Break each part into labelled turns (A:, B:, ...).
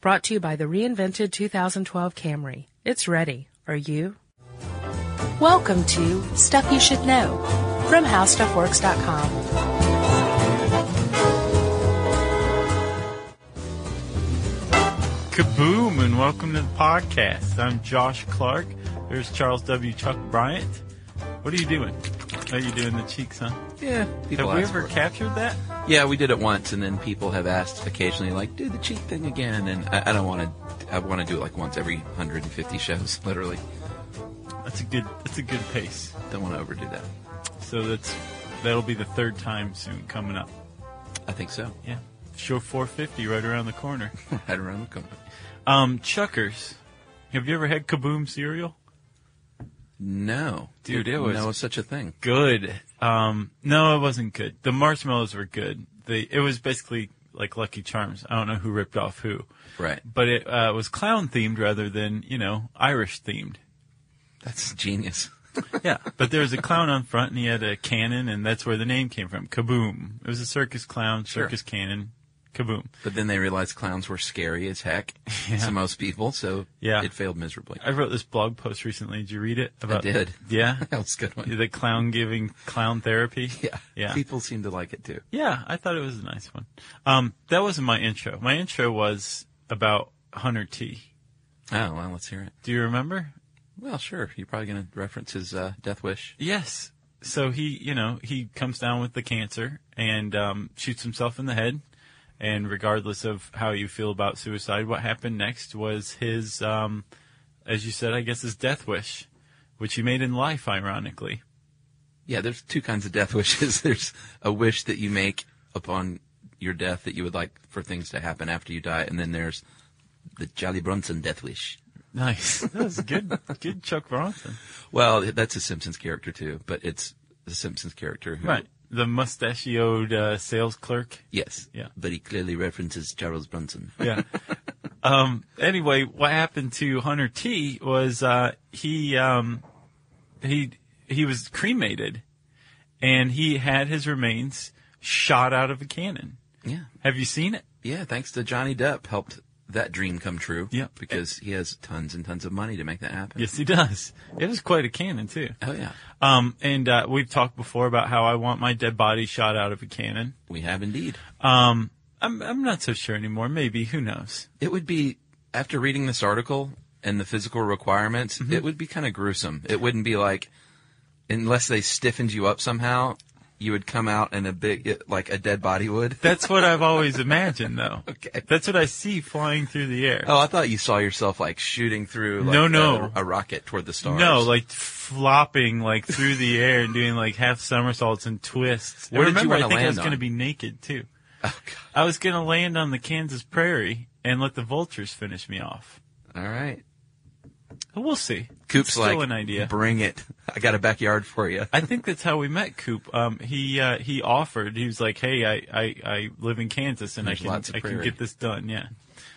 A: Brought to you by the reinvented 2012 Camry. It's ready. Are you? Welcome to Stuff You Should Know from HowStuffWorks.com.
B: Kaboom, and welcome to the podcast. I'm Josh Clark. There's Charles W. Chuck Bryant. What are you doing? Oh, you doing the cheeks, huh?
C: Yeah, people
B: Have we
C: ask
B: ever
C: for it.
B: captured that?
C: Yeah, we did it once, and then people have asked occasionally, like, "Do the cheek thing again." And I, I don't want to. I want to do it like once every 150 shows, literally.
B: That's a good. That's a good pace.
C: Don't want to overdo that.
B: So that's that'll be the third time soon coming up.
C: I think so.
B: Yeah, show 450 right around the corner.
C: right around the corner.
B: Um, Chuckers, have you ever had Kaboom cereal?
C: No,
B: Dude, it was-
C: no such a thing.
B: Good. Um, no, it wasn't good. The marshmallows were good. The it was basically like Lucky Charms. I don't know who ripped off who.
C: Right.
B: but it uh, was clown themed rather than you know Irish themed.
C: That's genius.
B: Yeah, but there was a clown on front, and he had a cannon, and that's where the name came from. Kaboom! It was a circus clown,
C: Sure.
B: circus cannon, kaboom.
C: But then they realized clowns were scary as heck to most people, so
B: Yeah.
C: it failed miserably.
B: I wrote this blog post recently. Did you read it? About,
C: did.
B: Yeah,
C: That was a good one.
B: the clown giving clown therapy.
C: Yeah.
B: yeah.
C: People seem to like it too.
B: Yeah, I thought it was a nice one. Um, that wasn't my intro. My intro was about Hunter T.
C: Oh well, let's hear it.
B: Do you remember?
C: Well, sure. You're probably going to reference his uh, death wish.
B: Yes. So he, you know, he comes down with the cancer and um, shoots himself in the head. And regardless of how you feel about suicide, what happened next was his, um, as you said, I guess his death wish, which he made in life, ironically.
C: Yeah, there's two kinds of death wishes. There's a wish that you make upon your death that you would like for things to happen after you die, and then there's the Jolly Brunson death wish.
B: Nice. That was good. good Chuck Bronson.
C: Well, that's a Simpsons character too, but it's the Simpsons character who,
B: Right. The mustachioed uh, sales clerk.
C: yes,
B: Yeah.
C: but he clearly references Charles Brunson.
B: yeah. Um, anyway, what happened to Hunter T was uh, he um, he he was cremated, and he had his remains shot out of a cannon.
C: Yeah,
B: Have you seen it?
C: yeah. Thanks to Johnny Depp, helped that dream come true.
B: Yeah.
C: because he has tons and tons of money to make that happen.
B: Yes, he does. It was quite a cannon too.
C: Oh yeah,
B: Um, and uh, we've talked before about how I want my dead body shot out of a cannon.
C: we have indeed.
B: Um, I'm I'm not so sure anymore. Maybe who knows?
C: It would be after reading this article and the physical requirements,
B: Mm-hmm.
C: it would be kind of gruesome. It wouldn't be like unless they stiffened you up somehow, you would come out in a big it- like a dead body would.
B: That's what I've always imagined, though.
C: Okay.
B: That's what I see flying through the air.
C: Oh, I thought you saw yourself like shooting through like,
B: No, no.
C: A, a rocket toward the stars.
B: No, like flopping like through the air and doing like half somersaults and twists.
C: Where
B: I
C: did you
B: remember,
C: wanna
B: I think I
C: land
B: was going to
C: on?
B: be naked too.
C: Oh, God.
B: I was going to land on the Kansas prairie and let the vultures finish me off.
C: All right.
B: We'll see.
C: Coop's
B: It's
C: like
B: still an idea.
C: bring it. I got a backyard for you.
B: I think that's how we met Coop. Um, he uh, he offered. He was like, "Hey, I, I, I live in Kansas and
C: There's
B: I can
C: lots of
B: I can
C: prairie.
B: get this done." Yeah.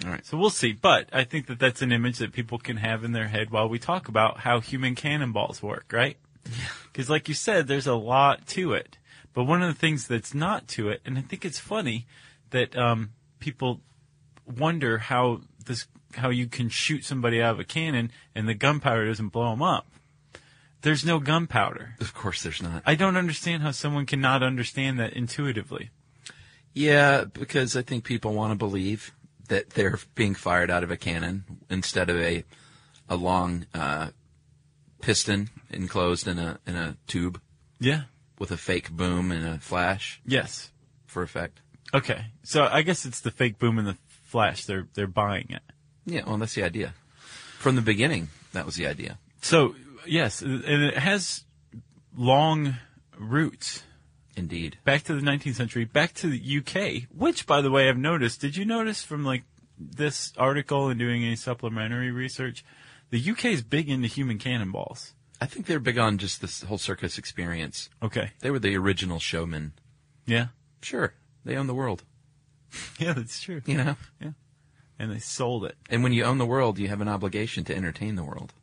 C: All right.
B: So we'll see. But I think that that's an image that people can have in their head while we talk about how human cannonballs work, right? Because, like you said, there's a lot to it. But one of the things that's not to it, and I think it's funny that um, people wonder how this how you can shoot somebody out of a cannon and the gunpowder doesn't blow them up. There's no gunpowder.
C: Of course there's not.
B: I don't understand how someone cannot understand that intuitively.
C: Yeah, because I think people want to believe that they're being fired out of a cannon instead of a a long uh, piston enclosed in a in a tube
B: Yeah.
C: with a fake boom and a flash
B: Yes.
C: for effect.
B: Okay. So I guess it's the fake boom and the flash. They're they're buying it.
C: Yeah, well, that's the idea. From the beginning, that was the idea.
B: So yes, and it has long roots
C: Indeed.
B: back to the 19th century, back to the UK, which, by the way, I've noticed. Did you notice from like this article and doing any supplementary research, the UK is big into human cannonballs.
C: I think they're big on just this whole circus experience.
B: Okay.
C: They were the original showmen.
B: Yeah.
C: Sure, they own the world.
B: Yeah, that's true.
C: You know,
B: And they sold it.
C: and when you own the world, you have an obligation to entertain the world.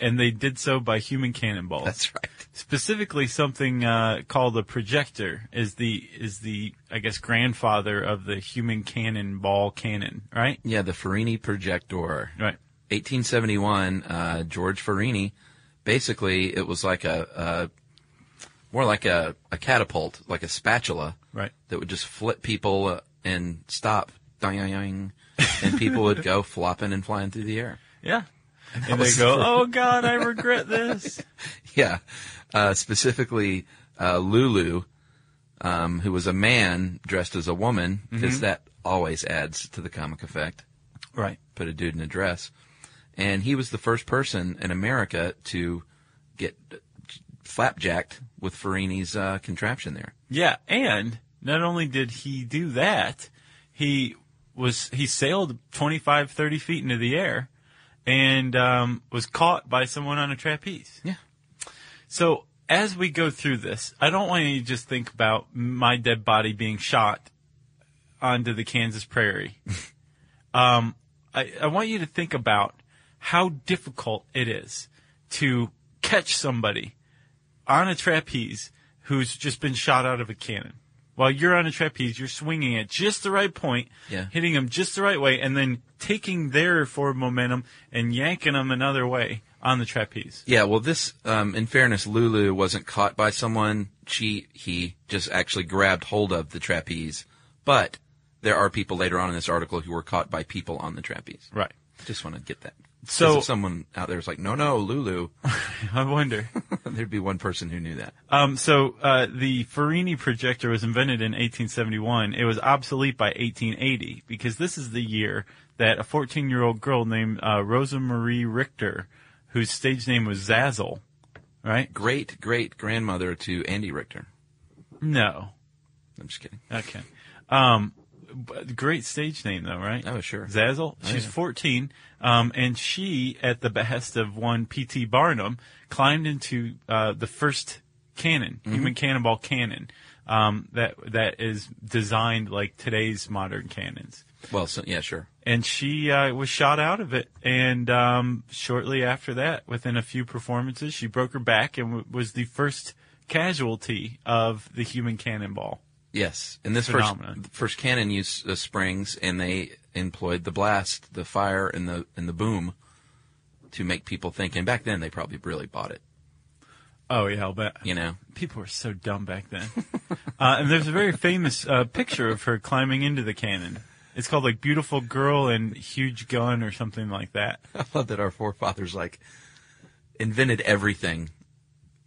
B: and they did so by human cannonballs.
C: That's right.
B: Specifically, something uh, called a projector is the is the I guess grandfather of the human cannonball cannon, right?
C: Yeah, the Farini projector.
B: Right.
C: 1871, uh, George Farini, basically it was like a, a more like a, a catapult, like a spatula
B: Right.
C: that would just flip people uh, and stop, ding, ding, ding, and people would go flopping and flying through the air.
B: Yeah. And they go, "Oh God, I regret this."
C: Yeah, uh, specifically uh, Lulu, um, who was a man dressed as a woman, because that always adds to the comic effect.
B: Right.
C: put a dude in a dress. And he was the first person in America to get flapjacked with Farini's uh, contraption there.
B: Yeah, and not only did he do that, he was he sailed 25, 30 feet into the air, and um, was caught by someone on a trapeze.
C: Yeah.
B: So as we go through this, I don't want you to just think about my dead body being shot onto the Kansas prairie. um, I, I want you to think about how difficult it is to catch somebody on a trapeze who's just been shot out of a cannon. While you're on a trapeze, you're swinging at just the right point,
C: Yeah.
B: hitting them just the right way, and then taking their forward momentum and yanking them another way on the trapeze.
C: Yeah, well, this, um, in fairness, Lulu wasn't caught by someone. She, he just actually grabbed hold of the trapeze. But there are people later on in this article who were caught by people on the trapeze.
B: Right.
C: Just want to get that. 'Cause
B: So-
C: if someone out there was like, no, no, Lulu,
B: I wonder.
C: there'd be one person who knew that.
B: Um, so uh, the Farini projector was invented in 1871. It was obsolete by 1880 because this is the year that a 14-year-old girl named uh, Rosa Marie Richter, whose stage name was Zazzle, right?
C: Great, great grandmother to Andy Richter.
B: No,
C: I'm just kidding.
B: okay. Um, but great stage name though, right?
C: Oh, sure.
B: Zazzle. She's 14, um, and she, at the behest of one P.T. Barnum, climbed into uh, the first cannon, human cannonball cannon, um, that that is designed like today's modern cannons.
C: Well, so, yeah, sure.
B: And she uh, was shot out of it, and um, shortly after that, within a few performances, she broke her back and w- was the first casualty of the human cannonball.
C: Yes, and this
B: Phenomenon.
C: first first cannon used uh, springs, and they employed the blast, the fire, and the and the boom to make people think. And back then, they probably really bought it.
B: Oh yeah, I'll bet.
C: You know,
B: people were so dumb back then. uh, and there's a very famous uh, picture of her climbing into the cannon. It's called like "Beautiful Girl" and "Huge Gun" or something like that.
C: I love that our forefathers like invented everything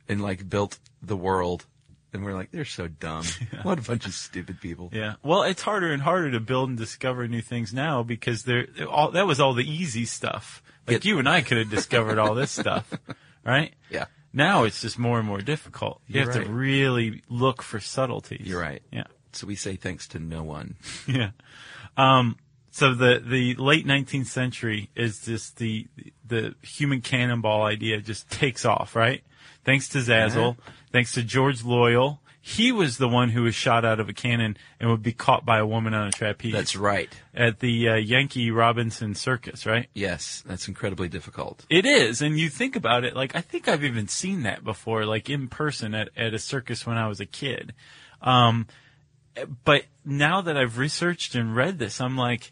C: and like built the world, and we're like they're so dumb. What a bunch of stupid people.
B: Yeah. Well, it's harder and harder to build and discover new things now because they're all that was all the easy stuff. Like
C: Yeah.
B: you and I could have discovered all this stuff, right?
C: Yeah.
B: Now it's just more and more difficult. You
C: You're
B: have
C: right.
B: to really look for subtleties.
C: You're right.
B: Yeah.
C: So we say thanks to no one.
B: Yeah. Um, so the, the late 19th century is just the, the human cannonball idea just takes off, right? Thanks to Zazzle. Thanks to George Loyal. He was the one who was shot out of a cannon and would be caught by a woman on a trapeze
C: That's right.
B: at the uh, Yankee Robinson Circus, right?
C: Yes, that's incredibly difficult.
B: It is. And you think about it, like, I think I've even seen that before, like in person at, at a circus when I was a kid. Um, but now that I've researched and read this, I'm like,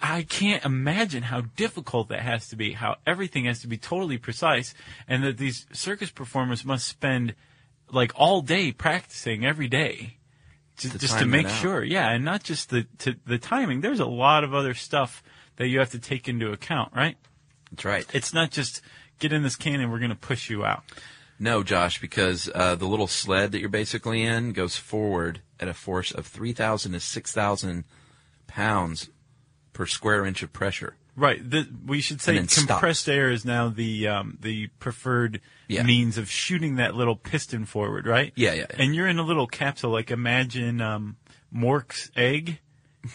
B: I can't imagine how difficult that has to be, how everything has to be totally precise, and that these circus performers must spend like all day practicing every day to,
C: To
B: just to
C: time that
B: make
C: out.
B: sure. Yeah, and not just the, to, the timing. There's a lot of other stuff that you have to take into account, right?
C: That's right.
B: It's not just get in this cannon, we're going to push you out.
C: No, Josh, because uh, the little sled that you're basically in goes forward at a force of 3,000 to 6,000 pounds per square inch of pressure.
B: Right. The, we should say
C: And then stop.
B: compressed air is now the um, the preferred
C: Yeah.
B: means of shooting that little piston forward, right?
C: Yeah, yeah, yeah.
B: And you're in a little capsule, like imagine um, Mork's egg,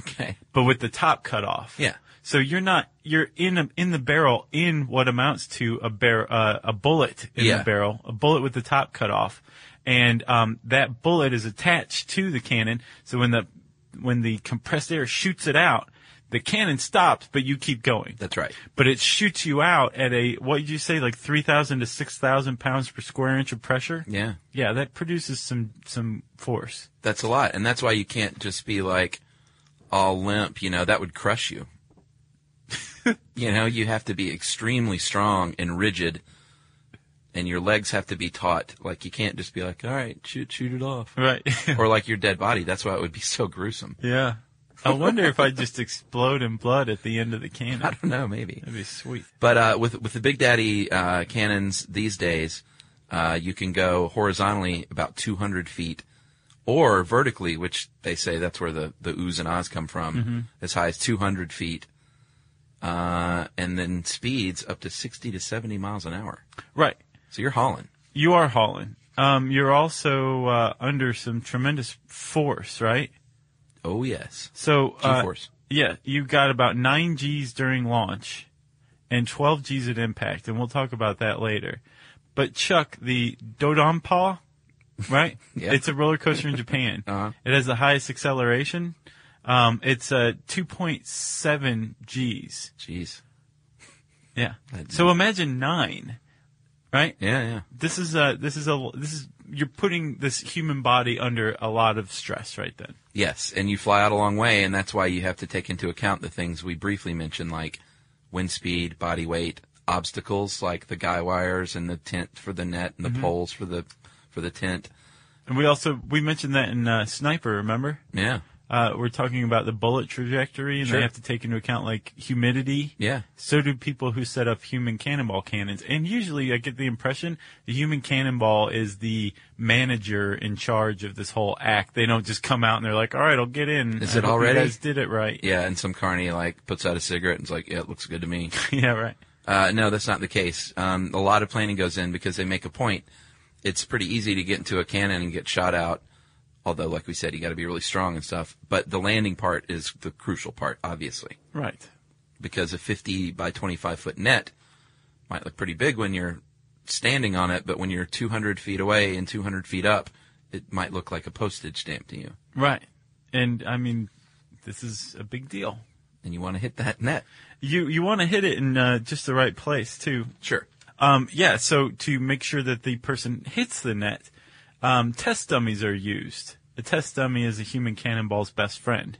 C: Okay.
B: but with the top cut off.
C: Yeah.
B: So you're not you're in a, in the barrel in what amounts to a bar uh, a bullet in
C: Yeah.
B: the barrel, a bullet with the top cut off, and um, that bullet is attached to the cannon. So when the when the compressed air shoots it out, the cannon stops, but you keep going.
C: That's right.
B: But it shoots you out at a, what did you say, like 3,000 to 6,000 pounds per square inch of pressure?
C: Yeah.
B: Yeah, that produces some, some force.
C: That's a lot. And that's why you can't just be like all limp, you know, that would crush you. you know, you have to be extremely strong and rigid and your legs have to be taut. Like you can't just be like, all right, shoot, shoot it off.
B: Right.
C: or like your dead body. That's why it would be so gruesome.
B: yeah. I wonder if I just explode in blood at the end of the
C: I
B: cannon.
C: don't know, maybe.
B: That'd be sweet.
C: But uh, with with the Big Daddy uh, cannons these days, uh, you can go horizontally about 200 feet, or vertically, which they say that's where the the oohs and ahs come from, as high as 200 feet, uh, and then speeds up to 60 to 70 miles an hour.
B: Right.
C: So you're hauling.
B: You are hauling. Um, you're also uh, under some tremendous force, right?
C: Oh yes,
B: So uh,
C: G-force.
B: Yeah, you got about nine G's during launch, and twelve G's at impact, and we'll talk about that later. But Chuck, the Dodonpa, right?
C: Yeah.
B: It's a roller coaster in Japan.
C: Uh-huh.
B: It has the highest acceleration. Um, it's uh, 2.7 G's.
C: jeez,
B: Yeah.
C: That-
B: So imagine nine, right?
C: yeah, yeah.
B: This is a this is a this is you're putting this human body under a lot of stress right then.
C: Yes, and you fly out a long way, and that's why you have to take into account the things we briefly mentioned, like wind speed, body weight, obstacles like the guy wires and the tent for the net and the poles for the for the tent.
B: And we also we mentioned that in uh, Sniper, remember?
C: Yeah,
B: Uh, we're talking about the bullet trajectory, and
C: Sure.
B: they have to take into account like humidity.
C: yeah,
B: So do people who set up human cannonball cannons. And usually I get the impression the human cannonball is the manager in charge of this whole act. They don't just come out and they're like, all right, I'll get in.
C: Is
B: I
C: it
B: hope
C: already?"
B: You guys did it right.
C: yeah. And some carney like puts out a cigarette and's like, "Yeah, it looks good to me."
B: yeah, right.
C: Uh, no, that's not the case. Um, a lot of planning goes in because they make a point. It's pretty easy to get into a cannon and get shot out. Although, like we said, you got to be really strong and stuff. But the landing part is the crucial part, obviously.
B: Right.
C: because a 50 by 25 foot net might look pretty big when you're standing on it, but when you're 200 feet away and 200 feet up, it might look like a postage stamp to you.
B: Right. And I mean, this is a big deal.
C: And you want to hit that net.
B: You you want to hit it in uh, just the right place too.
C: Sure.
B: Um, yeah. So to make sure that the person hits the net, um, test dummies are used. A test dummy is a human cannonball's best friend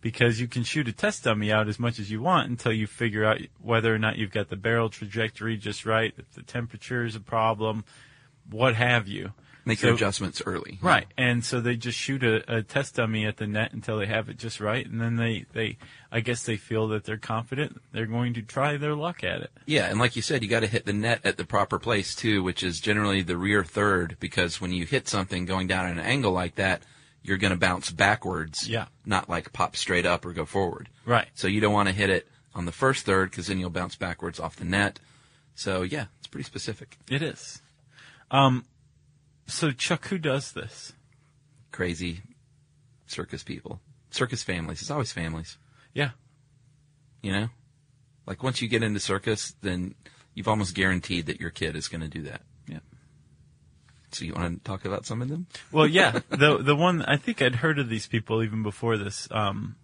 B: because you can shoot a test dummy out as much as you want until you figure out whether or not you've got the barrel trajectory just right, if the temperature is a problem, what have you.
C: Make
B: So-
C: your adjustments early.
B: Right. And so they just shoot a, a test dummy at the net until they have it just right. And then they, they, I guess they feel that they're confident they're going to try their luck at it.
C: Yeah. And like you said, you got to hit the net at the proper place too, which is generally the rear third, because when you hit something going down at an angle like that, you're going to bounce backwards.
B: Yeah.
C: Not like pop straight up or go forward.
B: Right.
C: So you don't want to hit it on the first third because then you'll bounce backwards off the net. So yeah, it's pretty specific.
B: It is. Um, so Chuck, who does this?
C: Crazy circus people, circus families. It's always families,
B: Yeah.
C: you know. Like once you get into circus, then you've almost guaranteed that your kid is going to do that.
B: Yeah.
C: So you want to talk about some of them?
B: Well, yeah. the, the one, I think I'd heard of these people even before this, um,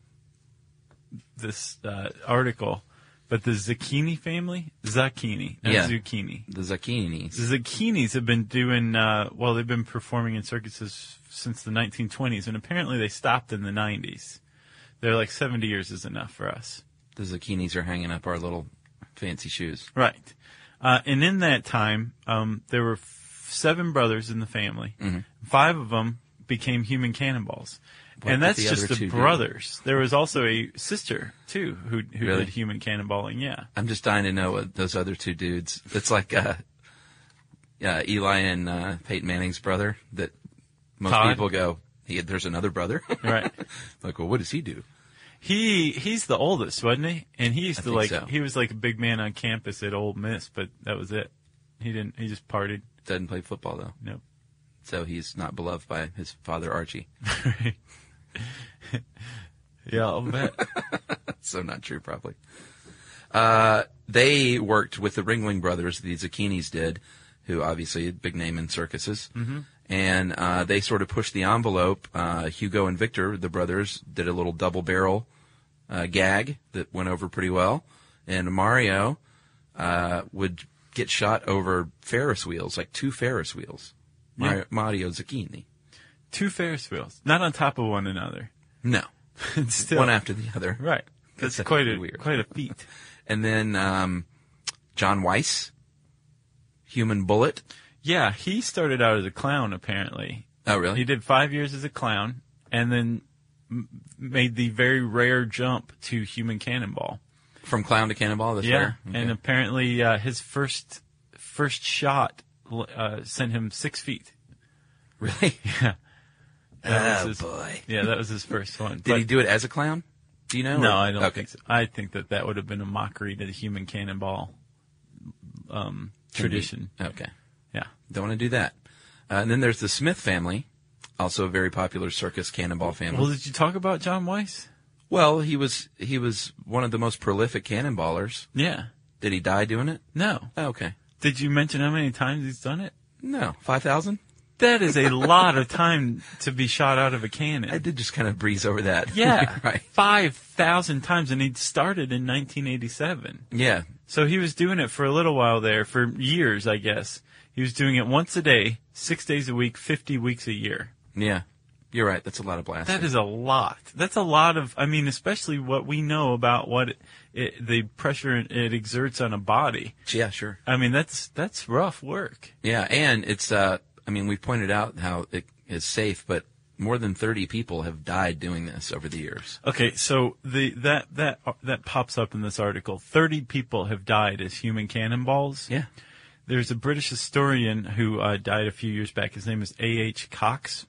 B: this, uh, article, but the zucchini family, zucchini, not
C: Yeah.
B: zucchini.
C: The zucchinis.
B: The zucchinis have been doing uh, well. They've been performing in circuses since the 1920s, and apparently they stopped in the 90s. They're like 70 years is enough for us,
C: The zucchinis are hanging up our little fancy shoes.
B: right? Uh, and in that time, um, there were f- seven brothers in the family.
C: Mm-hmm.
B: Five of them became human cannonballs,
C: What
B: and
C: did
B: that's
C: the
B: just
C: other
B: the
C: two do?
B: brothers. There was also a sister too who who
C: Really?
B: did human cannonballing. Yeah,
C: I'm just dying to know what those other two dudes. It's like uh, uh, Eli and uh, Peyton Manning's brother. That most
B: Todd?
C: people go, he, "There's another brother."
B: right.
C: like, well, what does he do?
B: He he's the oldest, wasn't he? And he used
C: I
B: to
C: think
B: like
C: so.
B: he was like a big man on campus at Ole Miss, but that was it. He didn't. He just partied.
C: Doesn't play football though,
B: No.
C: so he's not beloved by his father Archie.
B: Yeah, I'll bet.
C: so not true, probably. Uh, they worked with the Ringling Brothers, the Zucchinis did, who obviously a big name in circuses. Mm-hmm. And uh, they sort of pushed the envelope. Uh, Hugo and Victor, the brothers, did a little double barrel uh, gag that went over pretty well, and Mario uh, would get shot over Ferris wheels, like two Ferris wheels. Mario, Mario Zucchini.
B: Two Ferris wheels, not on top of one another.
C: No,
B: It's still
C: one after the other.
B: right. That's
C: That's
B: quite a
C: weird.
B: quite a feat.
C: And then um, John Weiss, Human Bullet.
B: Yeah, he started out as a clown apparently.
C: Oh, really?
B: He did five years as a clown, and then m- made the very rare jump to human cannonball.
C: From clown to cannonball. That's
B: Yeah,
C: rare? Okay.
B: and apparently uh, his first first shot l- uh, sent him six feet.
C: really,
B: That
C: Oh,
B: his,
C: boy.
B: Yeah, that was his first one.
C: did he do it as a clown? Do you know?
B: No,
C: Or-
B: I don't
C: okay.
B: think so. I think that that would have been a mockery to the human cannonball um, tradition.
C: Okay,
B: Yeah.
C: don't want to do that. Uh, and then there's the Smith family, also a very popular circus cannonball family.
B: Well, did you talk about John Weiss?
C: Well, he was he was one of the most prolific cannonballers.
B: Yeah.
C: Did he die doing it?
B: No.
C: Oh, okay.
B: Did you mention how many times he's done it?
C: No, five thousand.
B: That is a lot of time to be shot out of a cannon.
C: I did just kind of breeze over that.
B: yeah.
C: right.
B: 5,000 times, and he started in 1987.
C: Yeah.
B: So he was doing it for a little while there, for years, I guess. He was doing it once a day, six days a week, 50 weeks a year.
C: Yeah. You're right. That's a lot of blasts.
B: That is a lot. That's a lot of, I mean, especially what we know about what it, it, the pressure it exerts on a body.
C: Yeah. Sure.
B: I mean, that's, that's rough work.
C: Yeah, and it's. Uh, I mean, we've pointed out how it is safe, but more than thirty people have died doing this over the years.
B: Okay, so the, that, that, that pops up in this article. 30 people have died as human cannonballs.
C: Yeah.
B: There's a British historian who uh, died a few years back. His name is A.H. Cox.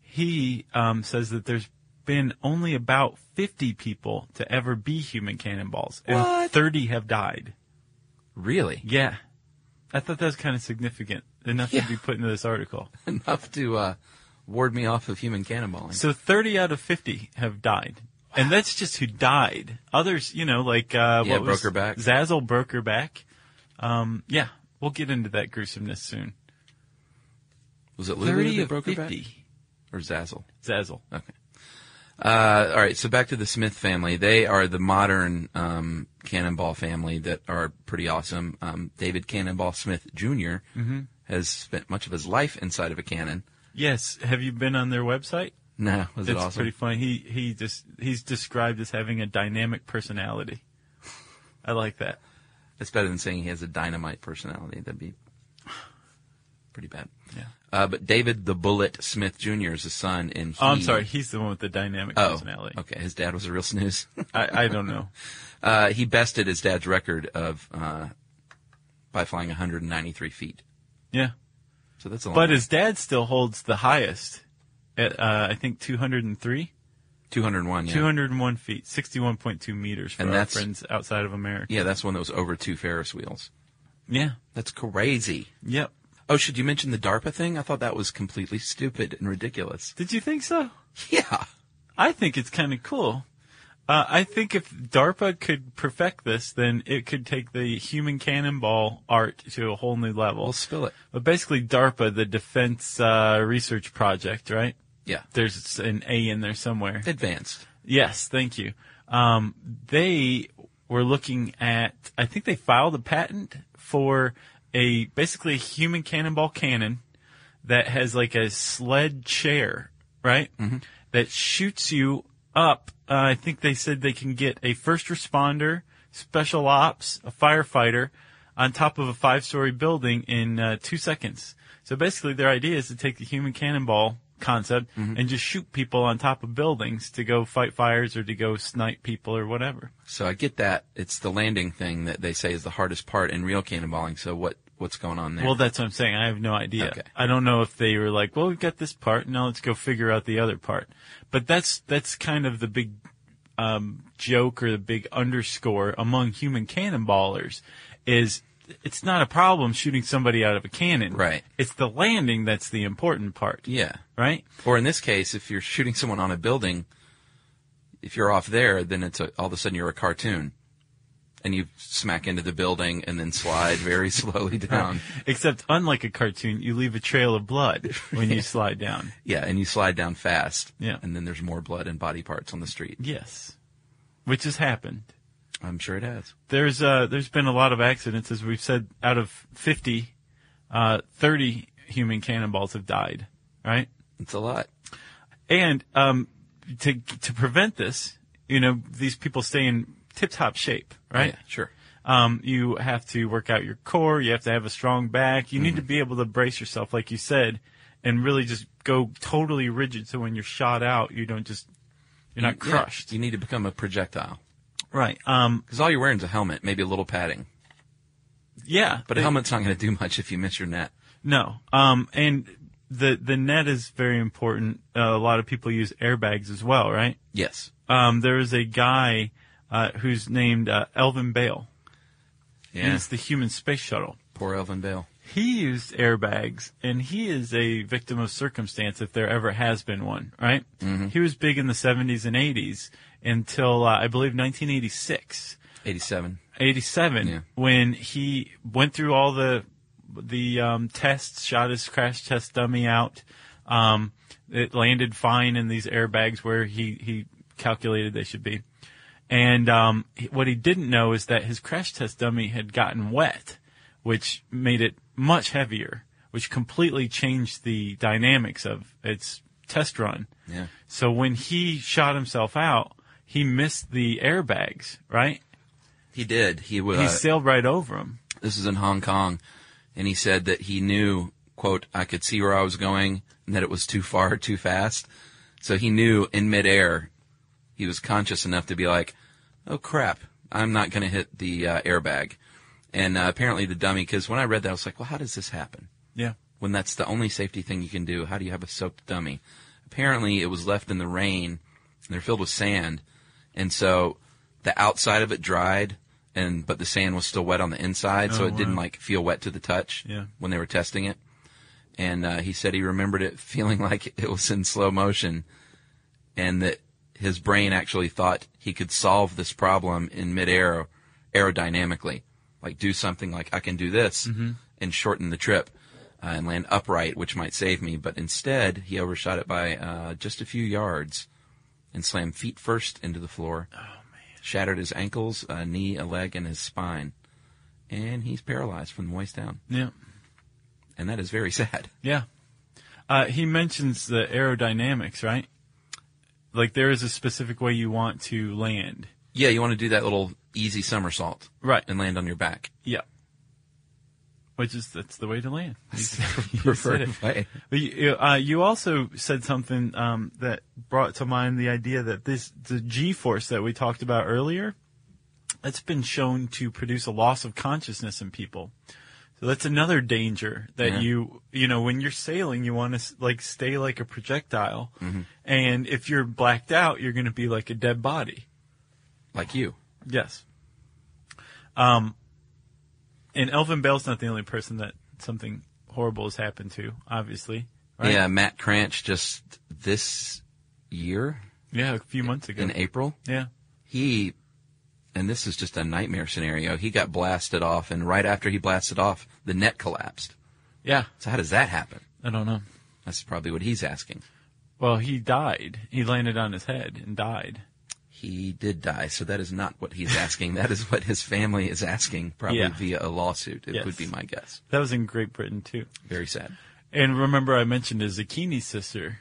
B: He um, says that there's been only about 50 people to ever be human cannonballs, and
C: What?
B: 30 have died.
C: Really.
B: Yeah. I thought that was kind of significant, enough
C: Yeah.
B: to be put into this article.
C: Enough to uh, ward me off of human cannonballing.
B: So 30 out of 50 have died. And that's just who died. Others, you know, like, uh,
C: Yeah,
B: what was-
C: Brokerback.
B: Zazzle Brokerback. Um, yeah, we'll get into that gruesomeness soon.
C: Was it Lulu
B: 30
C: that
B: of
C: broke her back
B: 50.
C: or Zazzle?
B: Zazzle.
C: Okay. Uh, all right. So back to the Smith family. They are the modern um, Cannonball family that are pretty awesome. Um, David Cannonball Smith junior
B: Mm-hmm.
C: has spent much of his life inside of a cannon.
B: Yes. Have you been on their website?
C: No, was it
B: It's
C: awesome?
B: pretty funny. He he just he's described as having a dynamic personality. I like that.
C: That's better than saying he has a dynamite personality. That'd be pretty bad.
B: Yeah.
C: Uh, but David the Bullet Smith Jr. is a son, and he,
B: Oh, I'm sorry. He's the one with the dynamic
C: Oh,
B: personality.
C: okay. His dad was a real snooze.
B: I, I don't know.
C: uh, he bested his dad's record of uh, by flying 193 feet.
B: Yeah.
C: So that's a lot.
B: But his dad still holds the highest at, uh, I think 203,
C: 201. Yeah.
B: 201 feet, 61.2 meters for
C: And
B: our
C: that's-
B: friends outside of America.
C: Yeah, that's one that was over two Ferris wheels.
B: Yeah.
C: That's crazy.
B: Yep.
C: Oh, should you mention the DARPA thing? I thought that was completely stupid and ridiculous.
B: Did you think so?
C: Yeah.
B: I think it's kind of cool. Uh, I think if DARPA could perfect this, then it could take the human cannonball art to a whole new level.
C: We'll spill it.
B: But basically, DARPA, the Defense uh, Research Project, right?
C: Yeah.
B: There's an A in there somewhere.
C: Advanced.
B: Yes, thank you. Um, they were looking at, I think they filed a patent for a basically a human cannonball cannon that has like a sled chair, right? That shoots you up. Uh, I think they said they can get a first responder, special ops, a firefighter on top of a five story building in uh, two seconds. So basically, their idea is to take the human cannonball concept and just shoot people on top of buildings to go fight fires or to go snipe people or whatever.
C: So I get that. It's the landing thing that they say is the hardest part in real cannonballing. So what what's going on there?
B: Well, that's what I'm saying. I have no idea.
C: Okay.
B: I don't know if they were like, well, we've got this part. Now let's go figure out the other part. But that's, that's kind of the big, um, joke or the big underscore among human cannonballers is it's not a problem shooting somebody out of a cannon.
C: Right.
B: It's the landing that's the important part.
C: yeah.
B: Right?
C: Or in this case, if you're shooting someone on a building, if you're off there, then it's a, all of a sudden you're a cartoon, and you smack into the building and then slide very slowly down.
B: Except unlike a cartoon, you leave a trail of blood when you slide down.
C: Yeah, and you slide down fast.
B: Yeah.
C: And then there's more blood and body parts on the street.
B: Yes. which has happened.
C: I'm sure it has.
B: There's uh, there's been a lot of accidents, as we've said. Out of 50, uh, 30 human cannonballs have died. Right,
C: It's a lot.
B: and um, to to prevent this, you know, these people stay in tip top shape. Right,
C: Yeah, sure.
B: um, you have to work out your core. You have to have a strong back. You need
C: Mm-hmm.
B: to be able to brace yourself, like you said, and really just go totally rigid. So when you're shot out, you don't just you're not
C: Yeah,
B: crushed.
C: you need to become a projectile.
B: Right. Um.
C: Because all you're wearing is a helmet, maybe a little padding.
B: Yeah.
C: But a
B: they-
C: helmet's not going to do much if you miss your net.
B: No. Um. And the the net is very important. Uh, a lot of people use airbags as well, right?
C: Yes.
B: Um. There is a guy uh, who's named uh, Elvin Bale.
C: Yeah.
B: He's the human space shuttle.
C: Poor Elvin Bale.
B: he used airbags and he is a victim of circumstance if there ever has been one right he was big in the 70s and 80s until uh, i believe 1986
C: 87.
B: 87
C: Yeah.
B: when he went through all the the um, tests shot his crash test dummy out um, it landed fine in these airbags where he he calculated they should be and um, he- what he didn't know is that his crash test dummy had gotten wet, which made it much heavier, which completely changed the dynamics of its test run.
C: Yeah.
B: So when he shot himself out, he missed the airbags, right?
C: He did. He was.
B: He sailed right over them.
C: this is in Hong Kong, and he said that he knew, quote, I could see where I was going and that it was too far, too fast. So he knew in midair, he was conscious enough to be like, oh crap, I'm not going to hit the uh, airbag. And uh, apparently the dummy, because when I read that, I was like, well, how does this happen?
B: Yeah.
C: When that's the only safety thing you can do, how do you have a soaked dummy? Apparently it was left in the rain and they're filled with sand. And so the outside of it dried and but the sand was still wet on the inside, so
B: Oh,
C: it didn't
B: wow.
C: like feel wet to the touch
B: Yeah.
C: when they were testing it. And uh, he said he remembered it feeling like it was in slow motion, and that his brain actually thought he could solve this problem in midair, aerodynamically, like do something like I can do this
B: Mm-hmm.
C: and shorten the trip uh, and land upright, which might save me. But instead, he overshot it by uh, just a few yards and slammed feet first into the floor. Oh man! Shattered his ankles, a knee, a leg, and his spine, and he's paralyzed from the waist down.
B: Yeah.
C: And that is very sad.
B: Yeah. Uh, he mentions the aerodynamics, right? Like there is a specific way you want to land.
C: Yeah, you want to do that little easy somersault
B: Right.
C: and land on your back.
B: Yeah. Which is that's the way to land. You said- you said
C: Preferred
B: it.
C: way.
B: But you, you, uh, you also said something um, that brought to mind the idea that this the G force that we talked about earlier, that's been shown to produce a loss of consciousness in people. So that's another danger that
C: Yeah.
B: you you know when you're sailing you want to like stay like a projectile, and if you're blacked out you're going to be like a dead body.
C: Like you.
B: Yes. Um, and Elvin Bell's not the only person that something horrible has happened to, obviously. Right?
C: Yeah, Matt Cranch just this year
B: Yeah, a few months ago.
C: in April,
B: yeah.
C: he, and this is just a nightmare scenario, he got blasted off, and right after he blasted off, the net collapsed.
B: Yeah.
C: So how does that happen?
B: I don't know.
C: That's probably what he's asking.
B: Well, he died. He landed on his head and died.
C: He did die, so that is not what he's asking. that is what his family is asking, probably
B: Yeah.
C: via a lawsuit, it
B: Yes.
C: would be my guess.
B: That was in Great Britain, too.
C: Very sad.
B: And remember, I mentioned his zucchini sister.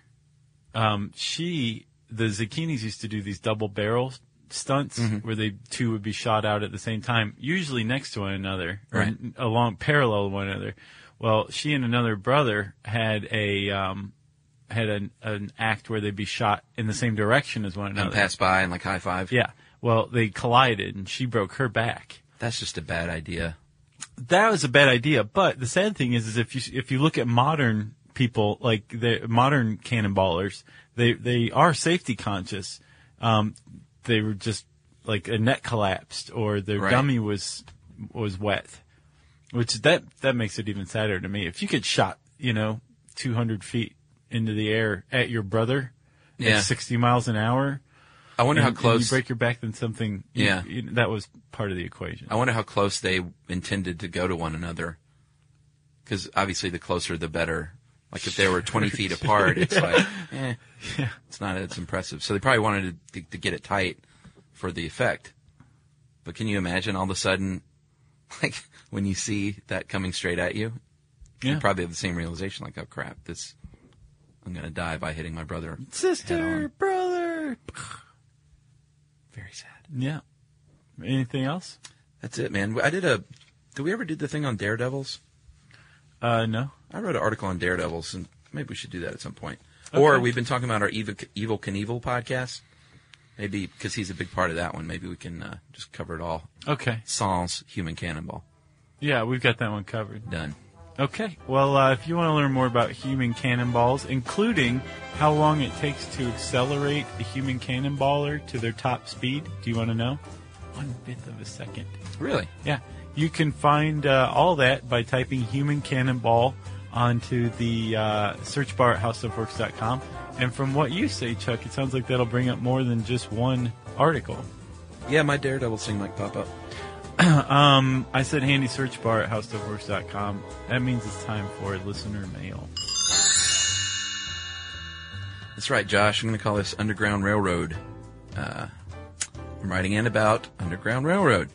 B: Um, she, the zucchinis used to do these double barrel stunts
C: Mm-hmm.
B: where they two would be shot out at the same time, usually next to one another or
C: Right.
B: n- along parallel to one another. Well, she and another brother had a um, had an, an act where they'd be shot in the same direction as one another.
C: And pass by and like high five.
B: Yeah. Well, they collided and she broke her back.
C: That's just a bad idea.
B: that was a bad idea. But the sad thing is, is if you if you look at modern people, like the modern cannonballers, they they are safety conscious. Um, they were just like a net collapsed or their
C: Right.
B: dummy was was wet, which that that makes it even sadder to me. If you get shot, you know, two hundred feet into the air at your brother
C: Yeah.
B: at sixty miles an hour.
C: I wonder
B: and-
C: how
B: and
C: close.
B: you break your back, then something. you-
C: Yeah.
B: you- that was part of the equation.
C: I wonder how close they intended to go to one another. Because obviously, the closer the better. Like if they were 20 feet apart, it's like, eh, it's not as impressive. So they probably wanted to, to, to get it tight for the effect. But can you imagine all of a sudden, like when you see that coming straight at you,
B: Yeah.
C: you probably have the same realization, like, oh crap, this, I'm gonna die by hitting my brother. head
B: Sister,
C: on.
B: brother.
C: Very sad.
B: Yeah. Anything else?
C: That's it, man. I did a. Did we ever do the thing on daredevils?
B: Uh, no.
C: I wrote an article on daredevils, and maybe we should do that at some point. Or
B: Okay.
C: we've been talking about our evil, evil Knievel podcast. Maybe because he's a big part of that one. Maybe we can uh, just cover it all.
B: Okay.
C: Sans human cannonball
B: Yeah, we've got that one covered.
C: done.
B: Okay. Well, uh, if you want to learn more about human cannonballs, including how long it takes to accelerate a human cannonballer to their top speed, do you want to know? One fifth of a second.
C: Really?
B: Yeah. You can find uh, all that by typing human cannonball onto the uh, search bar at howstuffworks.com. And from what you say, Chuck, it sounds like that'll bring up more than just one article.
C: Yeah, my daredevil thing might pop up.
B: Um, I said handy search bar at howstuffworks.com. That means it's time for listener mail.
C: That's right, Josh. I'm going to call this Underground Railroad. Uh, I'm writing in about Underground Railroad.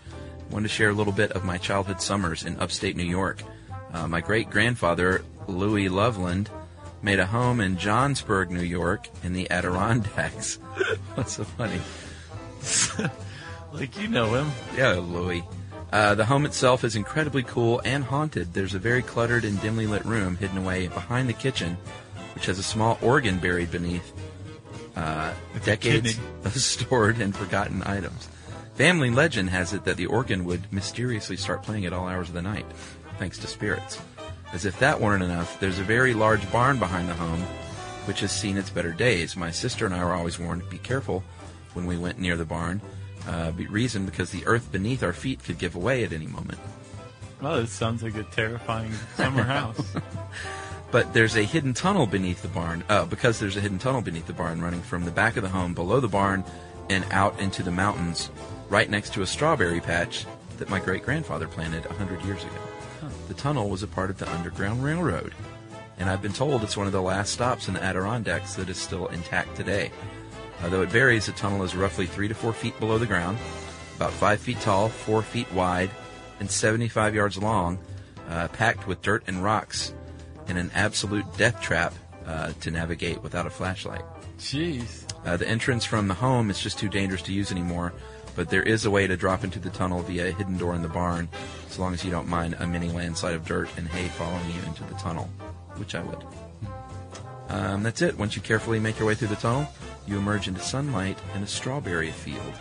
C: wanted to share a little bit of my childhood summers in upstate New York. Uh, my great grandfather, Louis Loveland, made a home in Johnsburg, New York, in the Adirondacks. What's so funny?
B: Like, you know him.
C: Yeah, Louis. Uh, the home itself is incredibly cool and haunted. There's a very cluttered and dimly lit room hidden away behind the kitchen, which has a small organ buried beneath. Uh, decades
B: kidney.
C: of stored and forgotten items. Family legend has it that the organ would mysteriously start playing at all hours of the night, thanks to spirits. As if that weren't enough, there's a very large barn behind the home, which has seen its better days. My sister and I were always warned be careful when we went near the barn. Uh, be- reason because the earth beneath our feet could give away at any moment.
B: Oh, this sounds like a terrifying summer house.
C: But there's a hidden tunnel beneath the barn, uh, because there's a hidden tunnel beneath the barn running from the back of the home below the barn and out into the mountains, right next to a strawberry patch that my great grandfather planted 100 years ago. The tunnel was a part of the Underground Railroad, and I've been told it's one of the last stops in the Adirondacks that is still intact today. Although it varies, the tunnel is roughly three to four feet below the ground, about five feet tall, four feet wide, and 75 yards long, uh, packed with dirt and rocks, and an absolute death trap uh, to navigate without a flashlight.
B: Jeez.
C: Uh, the entrance from the home is just too dangerous to use anymore, but there is a way to drop into the tunnel via a hidden door in the barn, as long as you don't mind a mini landslide of dirt and hay following you into the tunnel, which I would. Um, that's it. Once you carefully make your way through the tunnel, you emerge into sunlight and a strawberry field.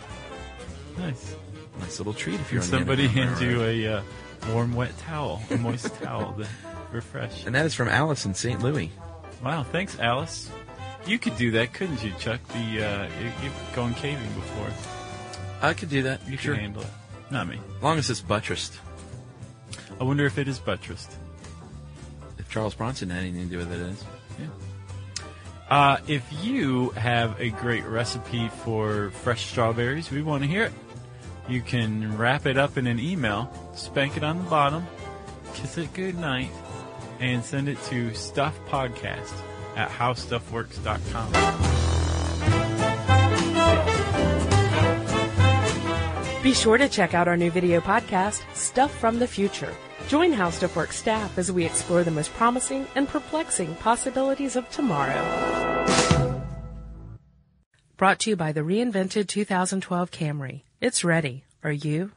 B: Nice.
C: Nice little treat if you're
B: Can
C: on the
B: somebody
C: Underground
B: hand you
C: Railroad.
B: a uh, warm, wet towel, a moist towel to refresh?
C: And that is from Alice in St. Louis.
B: Wow, thanks, Alice. You could do that, couldn't you, Chuck? The uh, you- You've gone caving before.
C: I could do that.
B: You
C: sure.
B: can handle it. Not me.
C: As long as it's buttressed.
B: I wonder if it is buttressed.
C: If Charles Bronson had anything to do with it, it is.
B: Uh, if you have a great recipe for fresh strawberries, we want to hear it. You can wrap it up in an email, spank it on the bottom, kiss it goodnight, and send it to stuffpodcast at howstuffworks.com.
A: Be sure to check out our new video podcast, Stuff from the Future. Join How Stuff Works staff as we explore the most promising and perplexing possibilities of tomorrow. Brought to you by the reinvented 2012 Camry. It's ready. Are you?